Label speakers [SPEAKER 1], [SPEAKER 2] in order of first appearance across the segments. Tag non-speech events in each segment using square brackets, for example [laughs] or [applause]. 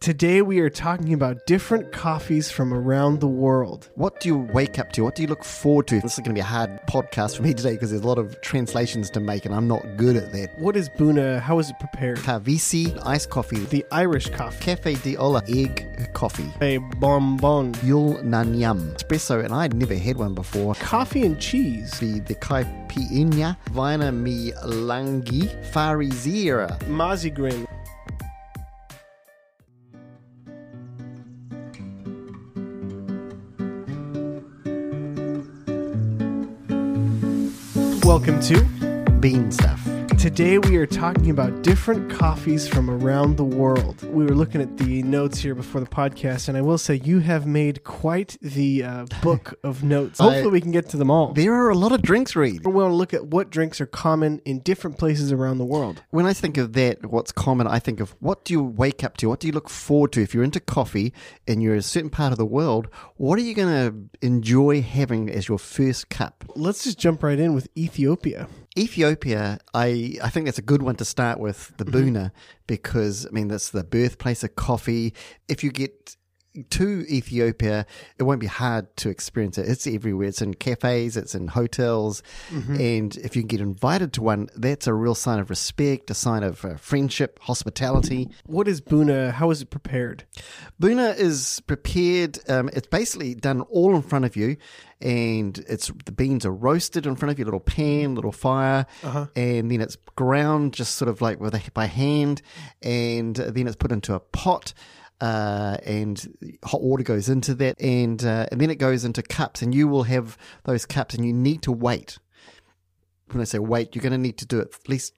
[SPEAKER 1] Today we are talking about different coffees from around the world.
[SPEAKER 2] What do you wake up to? What do you look forward to? This is going to be a hard podcast for me today because there's a lot of translations to make and I'm not good at that.
[SPEAKER 1] What is Buna? How is it prepared?
[SPEAKER 2] Cavisi iced coffee,
[SPEAKER 1] The Irish coffee,
[SPEAKER 2] Cafe Diola egg coffee,
[SPEAKER 1] a bonbon,
[SPEAKER 2] Yul Nanyam espresso, and I'd never had one before.
[SPEAKER 1] coffee and cheese,
[SPEAKER 2] The the Caipirinha, Vina Mi Langi, Farizira.
[SPEAKER 1] mazigrin, Welcome to.
[SPEAKER 2] Bean stuff.
[SPEAKER 1] Today we are talking about different coffees from around the world. We were looking at the notes here before the podcast, and I will say you have made quite the uh, book of notes. Hopefully, we can get to them all.
[SPEAKER 2] There are a lot of drinks, Reed.
[SPEAKER 1] We want to look at what drinks are common in different places around the world.
[SPEAKER 2] When I think of that, what's common, I think of what do you wake up to? What do you look forward to? If you're into coffee and you're in a certain part of the world, what are you going to enjoy having as your first cup?
[SPEAKER 1] Let's just jump right in with Ethiopia.
[SPEAKER 2] Ethiopia, I, I think that's a good one to start with, the Buna, because, I mean, that's the birthplace of coffee. If you get to Ethiopia, it won't be hard to experience it. It's everywhere. It's in cafes, it's in hotels. And if you can get invited to one, that's a real sign of respect, a sign of uh, friendship, hospitality.
[SPEAKER 1] What is Buna? How is it prepared?
[SPEAKER 2] Buna is prepared. Um, it's basically done all in front of you, and it's the beans are roasted in front of you, little pan, little fire, and then it's ground just sort of like with a, by hand, and then it's put into a pot. Uh, and hot water goes into that, and uh, and then it goes into cups, and you will have those cups, and you need to wait. When I say wait, you're going to need to do it at least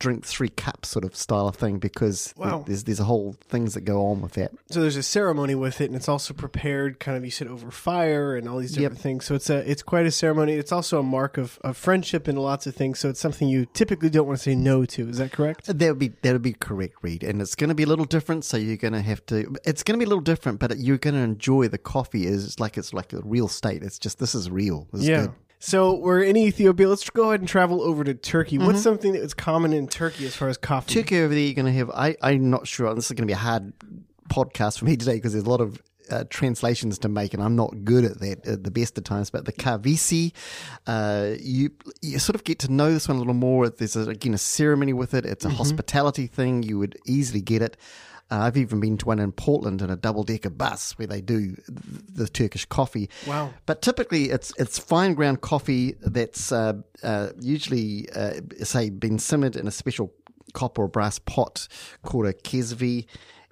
[SPEAKER 2] drink three cups, sort of style of thing, because
[SPEAKER 1] Wow.
[SPEAKER 2] there's there's a whole things that go on with that.
[SPEAKER 1] So there's a ceremony with it, and it's also prepared, kind of you said, over fire and all these different things. So it's a it's quite a ceremony. It's also a mark of, of friendship and lots of things. So it's something you typically don't want to say no to. Is that correct?
[SPEAKER 2] That would be that would be correct, Reed. And it's going to be a little different. So you're going to have to. It's going to be a little different, but you're going to enjoy the coffee. Is like it's like a real state. It's just this is real. This is
[SPEAKER 1] yeah.
[SPEAKER 2] good.
[SPEAKER 1] So we're in Ethiopia. Let's go ahead and travel over to Turkey. What's something that is common in Turkey as far as coffee?
[SPEAKER 2] Mm-hmm. Turkey over there, you're going to have. I I'm not sure. This is going to be a hard podcast for me today because there's a lot of. Uh, translations to make, and I'm not good at that at the best of times. But the Kavisi, uh, you you sort of get to know this one a little more. There's a, again a ceremony with it. It's a hospitality thing. You would easily get it. Uh, I've even been to one in Portland in a double decker bus where they do th- the Turkish coffee.
[SPEAKER 1] Wow.
[SPEAKER 2] But typically, it's it's fine ground coffee that's uh, uh, usually uh, say been simmered in a special copper or brass pot called a kesvi,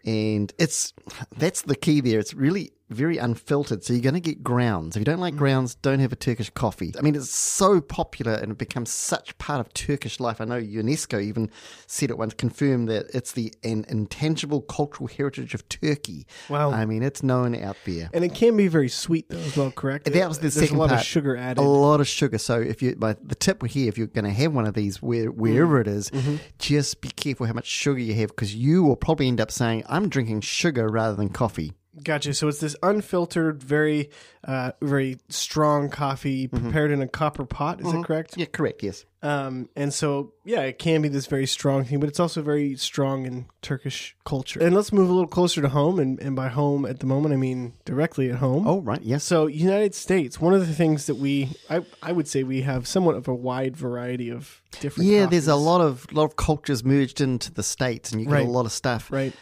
[SPEAKER 2] and it's that's the key there. It's really very unfiltered, so you're going to get grounds. If you don't like grounds, don't have a Turkish coffee. I mean, it's so popular and it becomes such part of Turkish life. I know UNESCO even said it once, confirmed that it's the an intangible cultural heritage of Turkey.
[SPEAKER 1] Wow.
[SPEAKER 2] I mean, it's known out there.
[SPEAKER 1] And it can be very sweet though, as well. Correct.
[SPEAKER 2] That was the
[SPEAKER 1] There's
[SPEAKER 2] second
[SPEAKER 1] a lot
[SPEAKER 2] part. Oh.
[SPEAKER 1] of sugar added.
[SPEAKER 2] A lot of sugar. So if you, my, the tip we're here, if you're going to have one of these where,
[SPEAKER 1] Mm.
[SPEAKER 2] wherever it is,
[SPEAKER 1] Mm-hmm.
[SPEAKER 2] just be careful how much sugar you have because you will probably end up saying, "I'm drinking sugar rather than coffee."
[SPEAKER 1] Gotcha. So it's this unfiltered, very, uh, very strong coffee
[SPEAKER 2] Mm-hmm.
[SPEAKER 1] prepared in a copper pot. Is that correct?
[SPEAKER 2] Yeah, correct. Yes.
[SPEAKER 1] Um, and so, yeah, it can be this very strong thing, but it's also very strong in Turkish culture. And let's move a little closer to home. And, and by home at the moment, I mean directly at home.
[SPEAKER 2] Oh, right. Yes.
[SPEAKER 1] So, United States, one of the things that we, I, I would say we have somewhat of a wide variety of different
[SPEAKER 2] Yeah, there's a
[SPEAKER 1] coffees.
[SPEAKER 2] lot of lot of cultures merged into the states, and you get
[SPEAKER 1] Right.
[SPEAKER 2] a lot of stuff.
[SPEAKER 1] Right.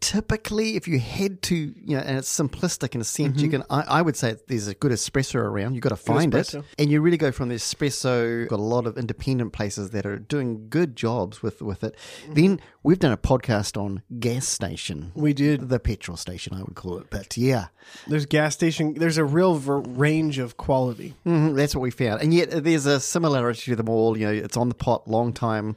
[SPEAKER 2] Typically, if you had to, you know, and it's simplistic in a sense, you can. I, I would say there's a good espresso around. You've got to find it,
[SPEAKER 1] espresso.
[SPEAKER 2] and you really go from the espresso. Got a lot of independent places that are doing good jobs with with it. Then we've done a podcast on gas station,
[SPEAKER 1] We did.
[SPEAKER 2] the petrol station, I would call it. But yeah,
[SPEAKER 1] There's gas station. There's a real ver- range of quality.
[SPEAKER 2] hmm that's what we found, and yet there's a similarity to them all. You know, it's on the pot, long time.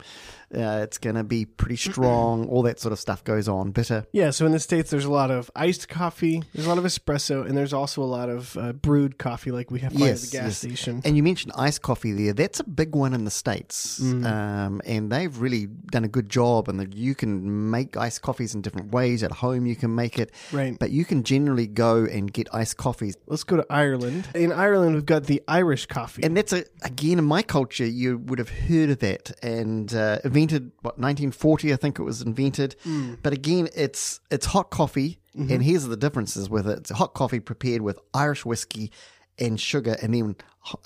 [SPEAKER 2] Uh, it's going to be pretty strong. all that sort of stuff goes on. uh, Bitter.
[SPEAKER 1] Yeah, so in the States, there's a lot of iced coffee, there's a lot of espresso, and there's also a lot of uh, brewed coffee like we have find at
[SPEAKER 2] Yes,
[SPEAKER 1] the gas
[SPEAKER 2] yes.
[SPEAKER 1] station.
[SPEAKER 2] And you mentioned iced coffee there. That's a big one in the States.
[SPEAKER 1] Mm.
[SPEAKER 2] Um, and they've really done a good job. And that you can make iced coffees in different ways. At home, you can make it.
[SPEAKER 1] Right.
[SPEAKER 2] But you can generally go and get iced coffees.
[SPEAKER 1] Let's go to Ireland. In Ireland, we've got the Irish coffee.
[SPEAKER 2] And that's, a, again, in my culture, you would have heard of that. And uh, I mean, invented what 1940, I think it was invented. But again, it's it's hot coffee, and here's the differences with it: it's hot coffee prepared with Irish whiskey and sugar, and then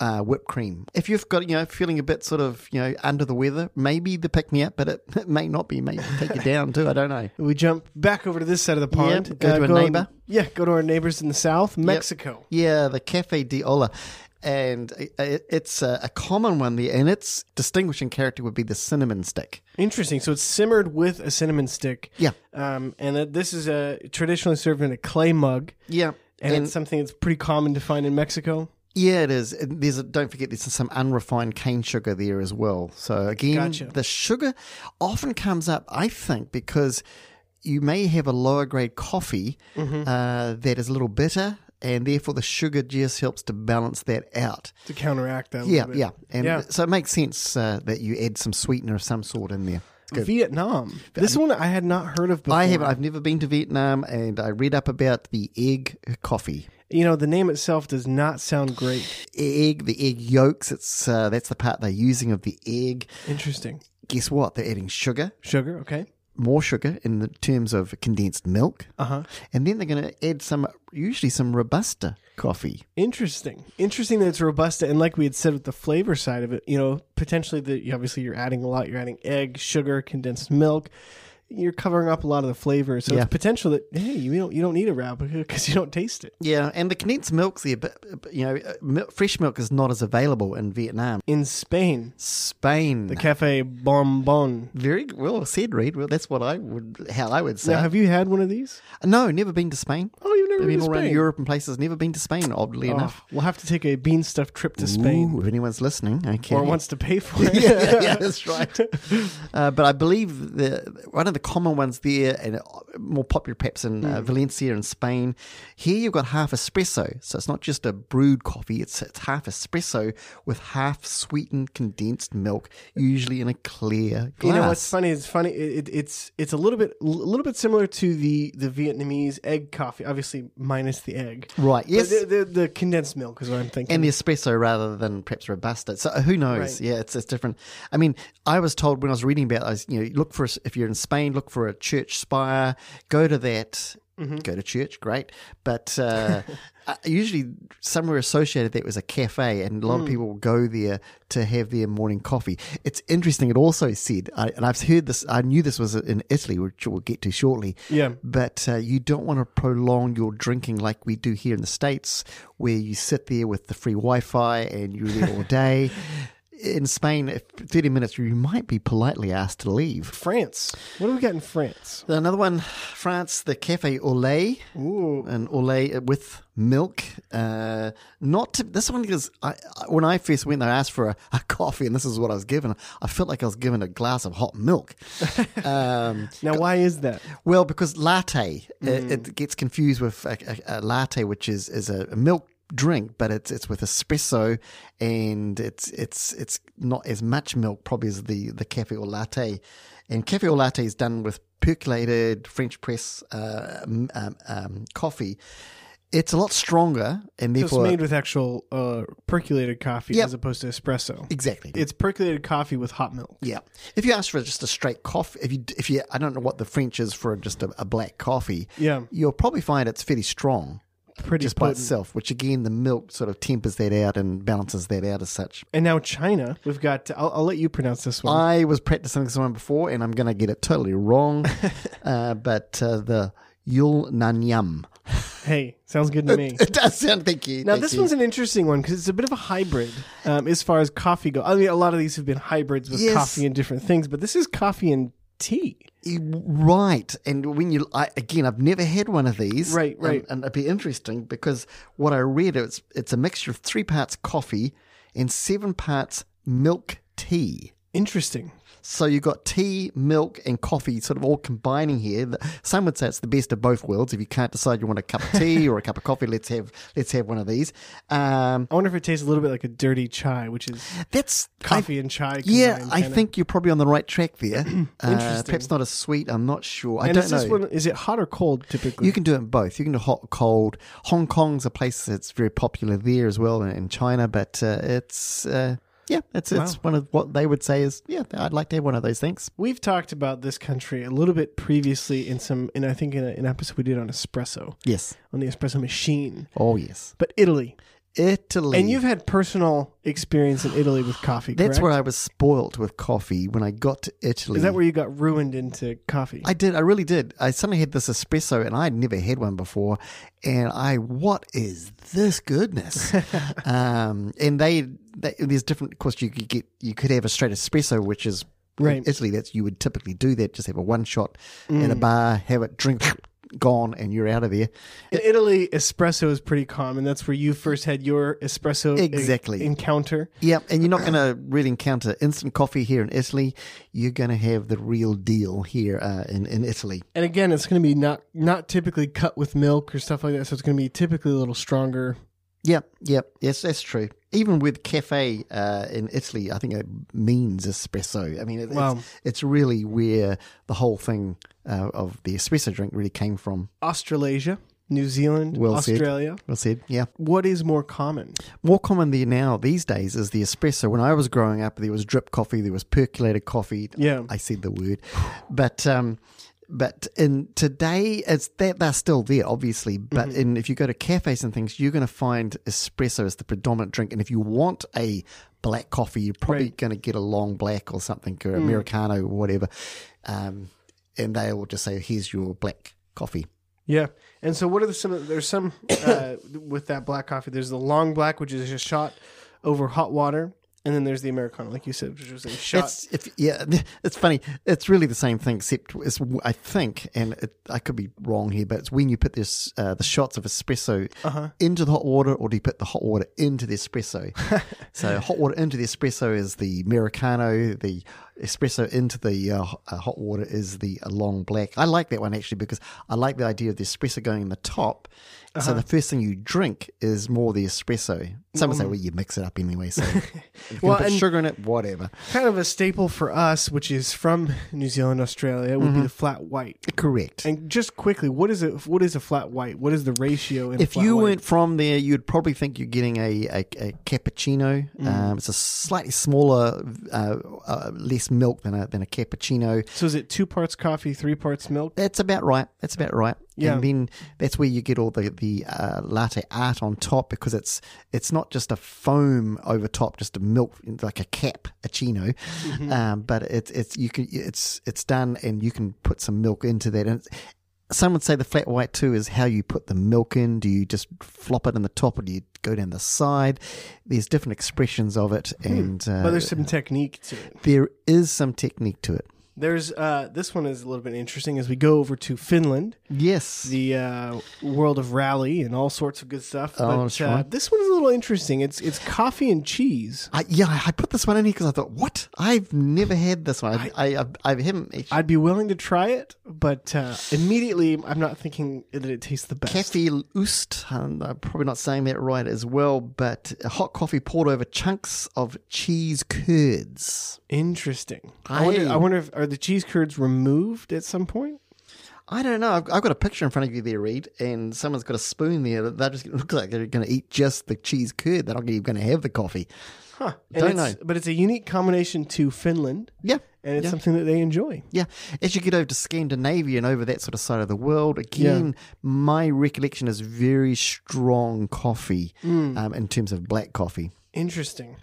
[SPEAKER 2] uh, whipped cream. If you've got you know feeling a bit sort of you know under the weather, maybe the pick me up, but it, [laughs] it may not be. Maybe take you down too. I don't know.
[SPEAKER 1] We jump back over to this side of the
[SPEAKER 2] Yeah,
[SPEAKER 1] pond.
[SPEAKER 2] go to a
[SPEAKER 1] on-
[SPEAKER 2] neighbor.
[SPEAKER 1] yeah, go to our neighbors in the south, Mexico.
[SPEAKER 2] Yeah, the Cafe de Ola. And i- i- it's a, a common one there, and its distinguishing character would be the cinnamon stick.
[SPEAKER 1] Interesting. So it's simmered with a cinnamon stick.
[SPEAKER 2] Yeah.
[SPEAKER 1] Um, and that this is a traditionally served in a clay mug,
[SPEAKER 2] Yeah.
[SPEAKER 1] and, it's something that's pretty common to find in Mexico.
[SPEAKER 2] yeah, it is. And There's a, don't forget, there's some unrefined cane sugar there as well. So again,
[SPEAKER 1] Gotcha.
[SPEAKER 2] the sugar often comes up, I think, because you may have a lower grade coffee
[SPEAKER 1] Mm-hmm.
[SPEAKER 2] uh, that is a little bitter, and therefore the sugar just helps to balance that out.
[SPEAKER 1] To counteract that. a
[SPEAKER 2] Yeah,
[SPEAKER 1] little bit.
[SPEAKER 2] yeah, and
[SPEAKER 1] Yeah.
[SPEAKER 2] so it makes sense uh, that you add some sweetener of some sort in there.
[SPEAKER 1] Vietnam. This one I had not heard of before.
[SPEAKER 2] I have. I've never been to Vietnam, and I read up about the egg coffee.
[SPEAKER 1] You know, the name itself does not sound great.
[SPEAKER 2] Egg, the egg yolks. It's uh, that's the part they're using of the egg.
[SPEAKER 1] Interesting.
[SPEAKER 2] Guess what? They're adding sugar,
[SPEAKER 1] Sugar, okay.
[SPEAKER 2] more sugar in the terms of condensed milk,
[SPEAKER 1] Uh-huh.
[SPEAKER 2] and then they're going to add some, usually some robusta coffee.
[SPEAKER 1] Interesting. Interesting that it's robusta, and like we had said with the flavor side of it, you know, potentially that you obviously you're adding a lot. You're adding egg, sugar, condensed milk. You're covering up a lot of the flavor, so
[SPEAKER 2] Yeah.
[SPEAKER 1] it's potential that hey, you don't you don't need a Arabica [laughs] because you don't taste it.
[SPEAKER 2] Yeah, and the condensed milk's there, but but, you know, uh, mil- fresh milk is not as available in Vietnam.
[SPEAKER 1] In Spain,
[SPEAKER 2] Spain.
[SPEAKER 1] the Cafe Bonbon.
[SPEAKER 2] very well said, Reed. Well, that's what I would, how I would say.
[SPEAKER 1] Now,
[SPEAKER 2] it.
[SPEAKER 1] have you had one of these?
[SPEAKER 2] no, never been to Spain.
[SPEAKER 1] Oh, you've never
[SPEAKER 2] I've
[SPEAKER 1] been
[SPEAKER 2] been
[SPEAKER 1] to
[SPEAKER 2] all around
[SPEAKER 1] Spain.
[SPEAKER 2] Europe and places. Never been to Spain, oddly
[SPEAKER 1] Oh,
[SPEAKER 2] enough.
[SPEAKER 1] we'll have to take a bean stuffed trip to Spain,
[SPEAKER 2] Ooh, if anyone's listening, okay.
[SPEAKER 1] or wants to pay
[SPEAKER 2] [laughs]
[SPEAKER 1] for it.
[SPEAKER 2] yeah, yeah,
[SPEAKER 1] [laughs]
[SPEAKER 2] yeah, that's right. Uh, but I believe the one of the common ones there, and uh, more popular perhaps in
[SPEAKER 1] Hmm.
[SPEAKER 2] uh, Valencia and Spain. Here you've got half espresso, so it's not just a brewed coffee; it's it's half espresso with half sweetened condensed milk, usually in a clear glass.
[SPEAKER 1] You know what's funny? It's funny. It, it- it's it's a little bit a little bit similar to the the Vietnamese egg coffee, obviously minus the egg.
[SPEAKER 2] Right?
[SPEAKER 1] But
[SPEAKER 2] Yes.
[SPEAKER 1] The, the, the condensed milk is what I'm thinking.
[SPEAKER 2] and the espresso rather than perhaps robusta. So uh, who knows?
[SPEAKER 1] Right.
[SPEAKER 2] Yeah, it's it's different. I mean, I was told when I was reading about those, you know, look for a s if you're in Spain, look for a church spire, go to that.
[SPEAKER 1] Mm-hmm.
[SPEAKER 2] Go to church, great.
[SPEAKER 1] [laughs]
[SPEAKER 2] But uh, uh, usually, somewhere associated that was a cafe, and a lot
[SPEAKER 1] Mm.
[SPEAKER 2] of people go there to have their morning coffee. It's interesting. It also said, I, and I've heard this. I knew this was in Italy, which we'll get to shortly
[SPEAKER 1] yeah,
[SPEAKER 2] but uh, you don't want to prolong your drinking like we do here in the states, where you sit there with the free Wi-Fi and you're there all day. In Spain, if thirty minutes, you might be politely asked to leave.
[SPEAKER 1] France. What do we got in France?
[SPEAKER 2] Another one, France, the Cafe au lait,
[SPEAKER 1] Ooh,
[SPEAKER 2] and au lait uh, with milk. Uh, not to, this one is I, I, when I first went, there, I asked for a, a coffee, and this is what I was given. I felt like I was given a glass of hot milk. Um,
[SPEAKER 1] now why is that?
[SPEAKER 2] Well, because latte, it, it gets confused with a, a, a latte, which is is a, a milk drink, but it's it's with espresso, and it's it's it's not as much milk probably as the the cafe or latte, and cafe or latte is done with percolated French press uh, um, um, um, coffee. It's a lot stronger, and
[SPEAKER 1] It's
[SPEAKER 2] therefore
[SPEAKER 1] made with actual uh, percolated coffee
[SPEAKER 2] Yep.
[SPEAKER 1] as opposed to espresso.
[SPEAKER 2] exactly.
[SPEAKER 1] It's percolated coffee with hot milk.
[SPEAKER 2] yeah, if you ask for just a straight coffee, if you if you, I don't know what the French is for just a, a black coffee,
[SPEAKER 1] Yeah,
[SPEAKER 2] you'll probably find it's fairly strong.
[SPEAKER 1] pretty
[SPEAKER 2] just by
[SPEAKER 1] potent.
[SPEAKER 2] itself, which again, the milk sort of tempers that out and balances that out as such.
[SPEAKER 1] And now China. We've got. I'll, I'll let you pronounce this one.
[SPEAKER 2] I was practicing this one before and I'm going to get it
[SPEAKER 1] [laughs]
[SPEAKER 2] totally wrong, uh, but uh, the Yul Nanyam.
[SPEAKER 1] hey, sounds good to me.
[SPEAKER 2] It does sound, thank you.
[SPEAKER 1] Now
[SPEAKER 2] thank
[SPEAKER 1] this
[SPEAKER 2] you.
[SPEAKER 1] one's an interesting one because it's a bit of a hybrid um, as far as coffee go. I mean, a lot of these have been hybrids with
[SPEAKER 2] Yes.
[SPEAKER 1] coffee and different things, but this is coffee and tea.
[SPEAKER 2] E, Right. And when you, I, again, I've never had one of these.
[SPEAKER 1] Right, right.
[SPEAKER 2] And, and it'd be interesting because what I read, it's, it's a mixture of three parts coffee and seven parts milk tea.
[SPEAKER 1] Interesting.
[SPEAKER 2] So you've got tea, milk, and coffee sort of all combining here. The- Some would say it's the best of both worlds. If you can't decide you want a cup of
[SPEAKER 1] [laughs]
[SPEAKER 2] tea or a cup of coffee, let's have let's have one of these. Um,
[SPEAKER 1] I wonder if it tastes a little bit like a dirty chai, which is
[SPEAKER 2] that's I-
[SPEAKER 1] coffee and chai.
[SPEAKER 2] yeah,
[SPEAKER 1] combined,
[SPEAKER 2] I
[SPEAKER 1] kinda.
[SPEAKER 2] think you're probably on the right track
[SPEAKER 1] [clears throat]
[SPEAKER 2] there. Interesting. Uh,
[SPEAKER 1] Interesting.
[SPEAKER 2] perhaps not as sweet. I'm not sure. I
[SPEAKER 1] And
[SPEAKER 2] don't
[SPEAKER 1] is
[SPEAKER 2] know.
[SPEAKER 1] this one? Is it hot or cold typically?
[SPEAKER 2] You can do it in both. You can do hot, cold. Hong Kong's a place that's very popular there as well, and in China. But uh, it's uh, Yeah, that's it's one of what they would say is yeah, I'd like to have one of those things.
[SPEAKER 1] We've talked about this country a little bit previously in some, in I think in a, an episode we did on espresso,
[SPEAKER 2] Yes.
[SPEAKER 1] on the espresso machine.
[SPEAKER 2] Oh yes.
[SPEAKER 1] But Italy,
[SPEAKER 2] Italy.
[SPEAKER 1] and you've had personal experience in Italy with coffee.
[SPEAKER 2] that's
[SPEAKER 1] correct?
[SPEAKER 2] where I was spoilt with coffee when I got to Italy.
[SPEAKER 1] Is that where you got ruined into coffee?
[SPEAKER 2] I did. I really did. I suddenly had this espresso, and I'd never had one before. And I, what is this
[SPEAKER 1] [laughs]
[SPEAKER 2] goodness? um, and they, they, there's different. Of course, you could get, you could have a straight espresso, which is in
[SPEAKER 1] Right. Mm.
[SPEAKER 2] Italy. That's you would typically do that. Just have a one shot in a bar, have it, drink, gone, and you're out of there.
[SPEAKER 1] in Italy, espresso is pretty common. That's where you first had your espresso e-
[SPEAKER 2] Exactly.
[SPEAKER 1] encounter.
[SPEAKER 2] Yeah, and you're not going to really encounter instant coffee here in Italy. You're going to have the real deal here uh, in in Italy.
[SPEAKER 1] And again, it's going to be not not typically cut with milk or stuff like that. So it's going to be typically a little stronger.
[SPEAKER 2] Yep, yep, yes, that's true. Even with cafe uh, in Italy, I think it means espresso. I mean, it,
[SPEAKER 1] Wow.
[SPEAKER 2] it's, it's really where the whole thing uh, of the espresso drink really came from.
[SPEAKER 1] Australasia, New Zealand,
[SPEAKER 2] Well said.
[SPEAKER 1] Australia.
[SPEAKER 2] Well said. Yeah,
[SPEAKER 1] What is more common?
[SPEAKER 2] more common there now these days is the espresso. When I was growing up, there was drip coffee, there was percolated coffee.
[SPEAKER 1] Yeah.
[SPEAKER 2] I said the word, but um, but in today it's that they're still there, obviously. But in if you go to cafes and things, you're going to find espresso as the predominant drink. And if you want a black coffee, you're probably going to get a long black or something or americano or whatever. Um, and they will just say, "Here's your black coffee."
[SPEAKER 1] Yeah. And so, what are the some? There's some uh, with that black coffee. There's the long black, which is just shot over hot water, and then there's the americano, like you said, which is a shot.
[SPEAKER 2] It's if yeah, [laughs] it's funny. It's really the same thing, except it's, I think, and it, I could be wrong here, but it's when you put this uh, the shots of espresso
[SPEAKER 1] Uh-huh.
[SPEAKER 2] into the hot water, or do you put the hot water into the
[SPEAKER 1] [laughs]
[SPEAKER 2] espresso? so hot water into the espresso is the americano. The espresso into the uh, ho- uh, hot water is the uh, long black. I like that one actually because I like the idea of the espresso going in the top.
[SPEAKER 1] Uh-huh.
[SPEAKER 2] So the first thing you drink is more the espresso. Some would say, well, you mix it up anyway.
[SPEAKER 1] [laughs]
[SPEAKER 2] So if you
[SPEAKER 1] Mm. Well,
[SPEAKER 2] put
[SPEAKER 1] and-
[SPEAKER 2] sugar in it, whatever.
[SPEAKER 1] kind of a staple for us, which is from New Zealand, Australia, would be
[SPEAKER 2] Mm-hmm.
[SPEAKER 1] the flat white.
[SPEAKER 2] Correct.
[SPEAKER 1] And just quickly, what is a what is a flat white? What is the ratio? In a
[SPEAKER 2] if
[SPEAKER 1] flat
[SPEAKER 2] you
[SPEAKER 1] white?
[SPEAKER 2] weren't from there, you'd probably think you're getting a, a, a cappuccino. Um, it's a slightly smaller, uh, uh, less milk than a, than a cappuccino.
[SPEAKER 1] so is it two parts coffee, three parts milk?
[SPEAKER 2] That's about right. That's about right.
[SPEAKER 1] Yeah.
[SPEAKER 2] And then that's where you get all the the uh, latte art on top because it's it's not just a foam over top, just a milk like a cap, a chino,
[SPEAKER 1] Mm-hmm.
[SPEAKER 2] um, but it's it's you can it's it's done and you can put some milk into that. And it's, some would say the flat white too is how you put the milk in. Do you just flop it in the top or do you go down the side? There's different expressions of it, and uh,
[SPEAKER 1] Hmm. But there's some technique to it.
[SPEAKER 2] there is some technique to it.
[SPEAKER 1] There's uh, this one is a little bit interesting as we go over to Finland,
[SPEAKER 2] Yes.
[SPEAKER 1] the uh, world of rally and all sorts of good stuff.
[SPEAKER 2] Oh,
[SPEAKER 1] but
[SPEAKER 2] sure.
[SPEAKER 1] uh, this one's a little interesting. It's it's coffee and cheese.
[SPEAKER 2] I, yeah, I- I put this one in here because I thought, what? I've never had this one. I, I, I, I haven't. Actually,
[SPEAKER 1] I'd be willing to try it, but uh, immediately I'm not thinking that it tastes the best.
[SPEAKER 2] Cafe Oost, um, I'm probably not saying that right as well, but hot coffee poured over chunks of cheese curds.
[SPEAKER 1] Interesting. I wonder,
[SPEAKER 2] I-
[SPEAKER 1] I wonder if are the cheese curds removed at some point?
[SPEAKER 2] I don't know. I've, I've got a picture in front of you there, Reed, and someone's got a spoon there. That they just look like they're going to eat just the cheese curd. They're not even going to have the coffee.
[SPEAKER 1] Huh.
[SPEAKER 2] Don't
[SPEAKER 1] it's- But it's a unique combination to Finland,
[SPEAKER 2] Yeah.
[SPEAKER 1] and it's
[SPEAKER 2] yeah.
[SPEAKER 1] something that they enjoy.
[SPEAKER 2] Yeah, as you get over to Scandinavia and over that sort of side of the world, again, my recollection is very strong coffee um, in terms of black coffee.
[SPEAKER 1] Interesting.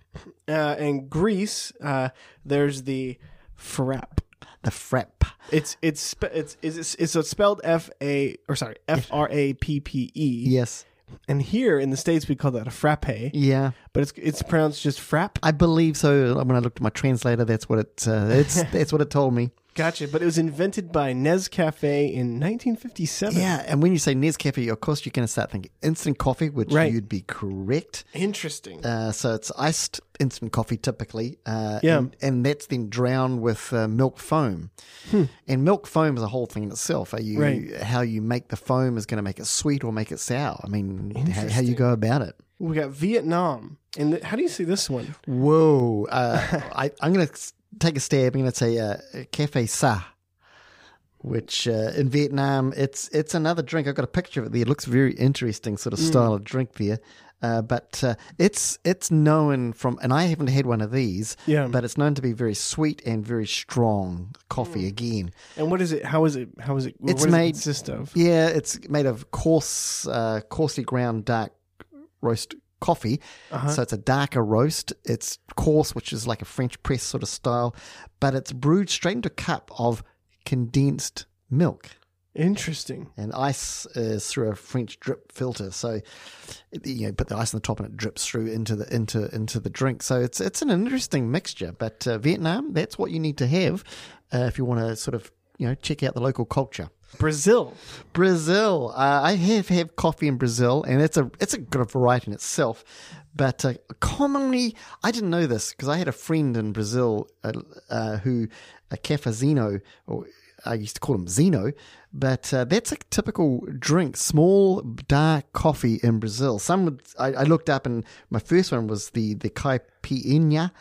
[SPEAKER 1] Uh, in Greece, uh, there's the frap.
[SPEAKER 2] The frap.
[SPEAKER 1] It's it's spe- it's is it's, it's, it's spelled F A or sorry F R A P P E.
[SPEAKER 2] Yes.
[SPEAKER 1] And here in the states we call that a frappe,
[SPEAKER 2] Yeah,
[SPEAKER 1] but it's it's pronounced just frap.
[SPEAKER 2] I believe so. When I looked at my translator, that's what it. Uh, [laughs] it's that's what it told me.
[SPEAKER 1] Gotcha. But it was invented by Nescafe in 1957.
[SPEAKER 2] Yeah, and when you say Nescafe, of course you're going to start thinking instant coffee, which
[SPEAKER 1] Right.
[SPEAKER 2] you'd be correct.
[SPEAKER 1] Interesting.
[SPEAKER 2] Uh, so it's iced instant coffee typically. Uh,
[SPEAKER 1] Yeah.
[SPEAKER 2] And, and that's then drowned with uh, milk foam. And milk foam is a whole thing in itself. Are you
[SPEAKER 1] Hmm. Right.
[SPEAKER 2] How you make the foam is going to make it sweet or make it sour. I mean, how, how you go about it.
[SPEAKER 1] We got Vietnam, and th- how do you see this one?
[SPEAKER 2] Whoa. Uh, I, I'm going to take a stab. I'm going to say uh, Cafe Sa. Which uh, in Vietnam, it's it's another drink. I've got a picture of it there. It looks very interesting, sort of style of drink there. Uh, but uh, it's it's known from, and I haven't had one of these.
[SPEAKER 1] Yeah.
[SPEAKER 2] But it's known to be very sweet and very strong coffee. Again,
[SPEAKER 1] And what is it? How is it? How is it?
[SPEAKER 2] It's
[SPEAKER 1] what does
[SPEAKER 2] made-
[SPEAKER 1] it consist of?
[SPEAKER 2] yeah, it's made of coarse, uh, coarsely ground dark roast coffee. So it's a darker roast. It's coarse, which is like a French press sort of style, but it's brewed straight into a cup of condensed milk.
[SPEAKER 1] Interesting.
[SPEAKER 2] and ice is through a French drip filter. So you know, put the ice on the top and it drips through into the into into the drink. So it's it's an interesting mixture. But uh, Vietnam, that's what you need to have uh, if you want to sort of you know check out the local culture.
[SPEAKER 1] Brazil.
[SPEAKER 2] Brazil, uh, I have had coffee in Brazil, and it's a it's a good variety in itself. But uh, commonly, I didn't know this because I had a friend in Brazil uh, uh, who a cafezino, or I used to call him Zeno, but uh, that's a typical drink, small dark coffee in Brazil. Some would, I, I looked up, and my first one was the the caipirinha.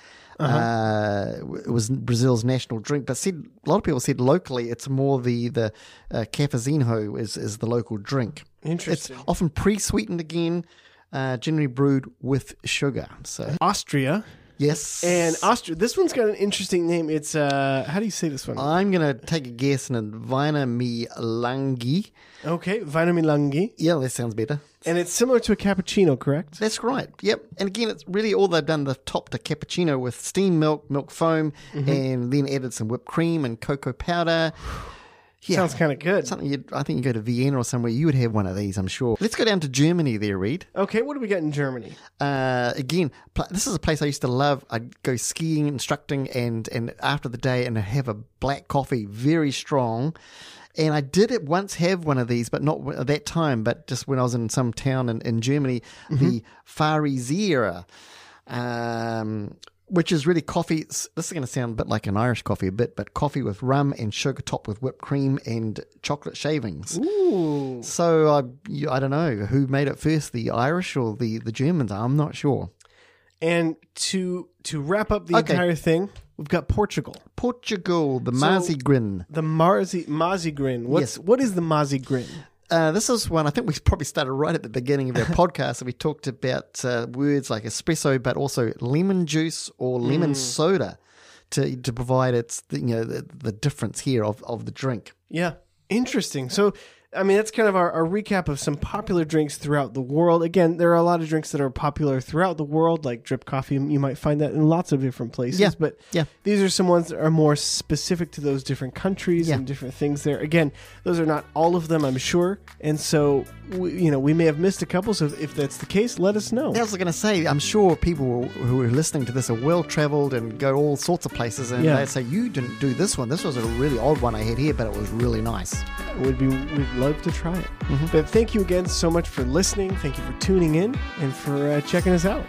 [SPEAKER 1] Uh-huh.
[SPEAKER 2] Uh, it was Brazil's national drink, but said a lot of people said locally it's more the the uh, cafezinho is is the local drink. It's
[SPEAKER 1] Interesting.
[SPEAKER 2] often pre-sweetened again, uh, generally brewed with sugar. So
[SPEAKER 1] Austria
[SPEAKER 2] yes,
[SPEAKER 1] and Austria. This one's got an interesting name. It's uh, how do you say this one?
[SPEAKER 2] I'm gonna take a guess and Vina mi langi.
[SPEAKER 1] okay, Vainamilangi,
[SPEAKER 2] Yeah, that sounds better.
[SPEAKER 1] and it's similar to a cappuccino, correct?
[SPEAKER 2] That's right. Yep. And again, it's really all they've done. They've topped a cappuccino with steamed milk, milk foam, and then added some whipped cream and cocoa powder. Yeah.
[SPEAKER 1] Sounds kind of good.
[SPEAKER 2] something you'd, I think you go to Vienna or somewhere, you would have one of these, I'm sure. Let's go down to Germany there, Reed.
[SPEAKER 1] Okay, what do we got in Germany?
[SPEAKER 2] Uh, again, pl- this is a place I used to love. I'd go skiing, instructing, and, and after the day and have a black coffee, very strong. And I did at once have one of these, but not w- at that time, but just when I was in some town in, in Germany, the Farisera, um, which is really coffee. s- This is going to sound a bit like an Irish coffee a bit, but coffee with rum and sugar topped with whipped cream and chocolate shavings.
[SPEAKER 1] Ooh,
[SPEAKER 2] So I, you- I don't know who made it first, the Irish or the the Germans. I'm not sure.
[SPEAKER 1] and to to wrap up the
[SPEAKER 2] Okay.
[SPEAKER 1] entire thing, we've got Portugal.
[SPEAKER 2] Portugal, the Mazigrin.
[SPEAKER 1] The Marzi Mazigrin. What's
[SPEAKER 2] Yes.
[SPEAKER 1] what is the Mazigrin?
[SPEAKER 2] Uh, this is one I think we probably started right at the beginning of our podcast, and we talked about uh, words like espresso, but also lemon juice or lemon soda to to provide its you know the, the difference here of of the drink.
[SPEAKER 1] Yeah. Interesting. So, I mean, that's kind of our, our recap of some popular drinks throughout the world. Again, there are a lot of drinks that are popular throughout the world, like drip coffee. You might find that in lots of different places.
[SPEAKER 2] Yeah.
[SPEAKER 1] But
[SPEAKER 2] Yeah.
[SPEAKER 1] these are some ones that are more specific to those different countries and different things there. Again, those are not all of them, I'm sure. And so, we, you know, we may have missed a couple. So, if that's the case, let us know.
[SPEAKER 2] I was going to say, I'm sure people who are listening to this are well traveled and go all sorts of places, and
[SPEAKER 1] Yeah.
[SPEAKER 2] they say you didn't do this one. This was a really odd one I had here, but it was really nice.
[SPEAKER 1] We'd be we'd love to
[SPEAKER 2] Mm-hmm.
[SPEAKER 1] try it. But thank you again so much for listening. Thank you for tuning in and for uh, checking us out.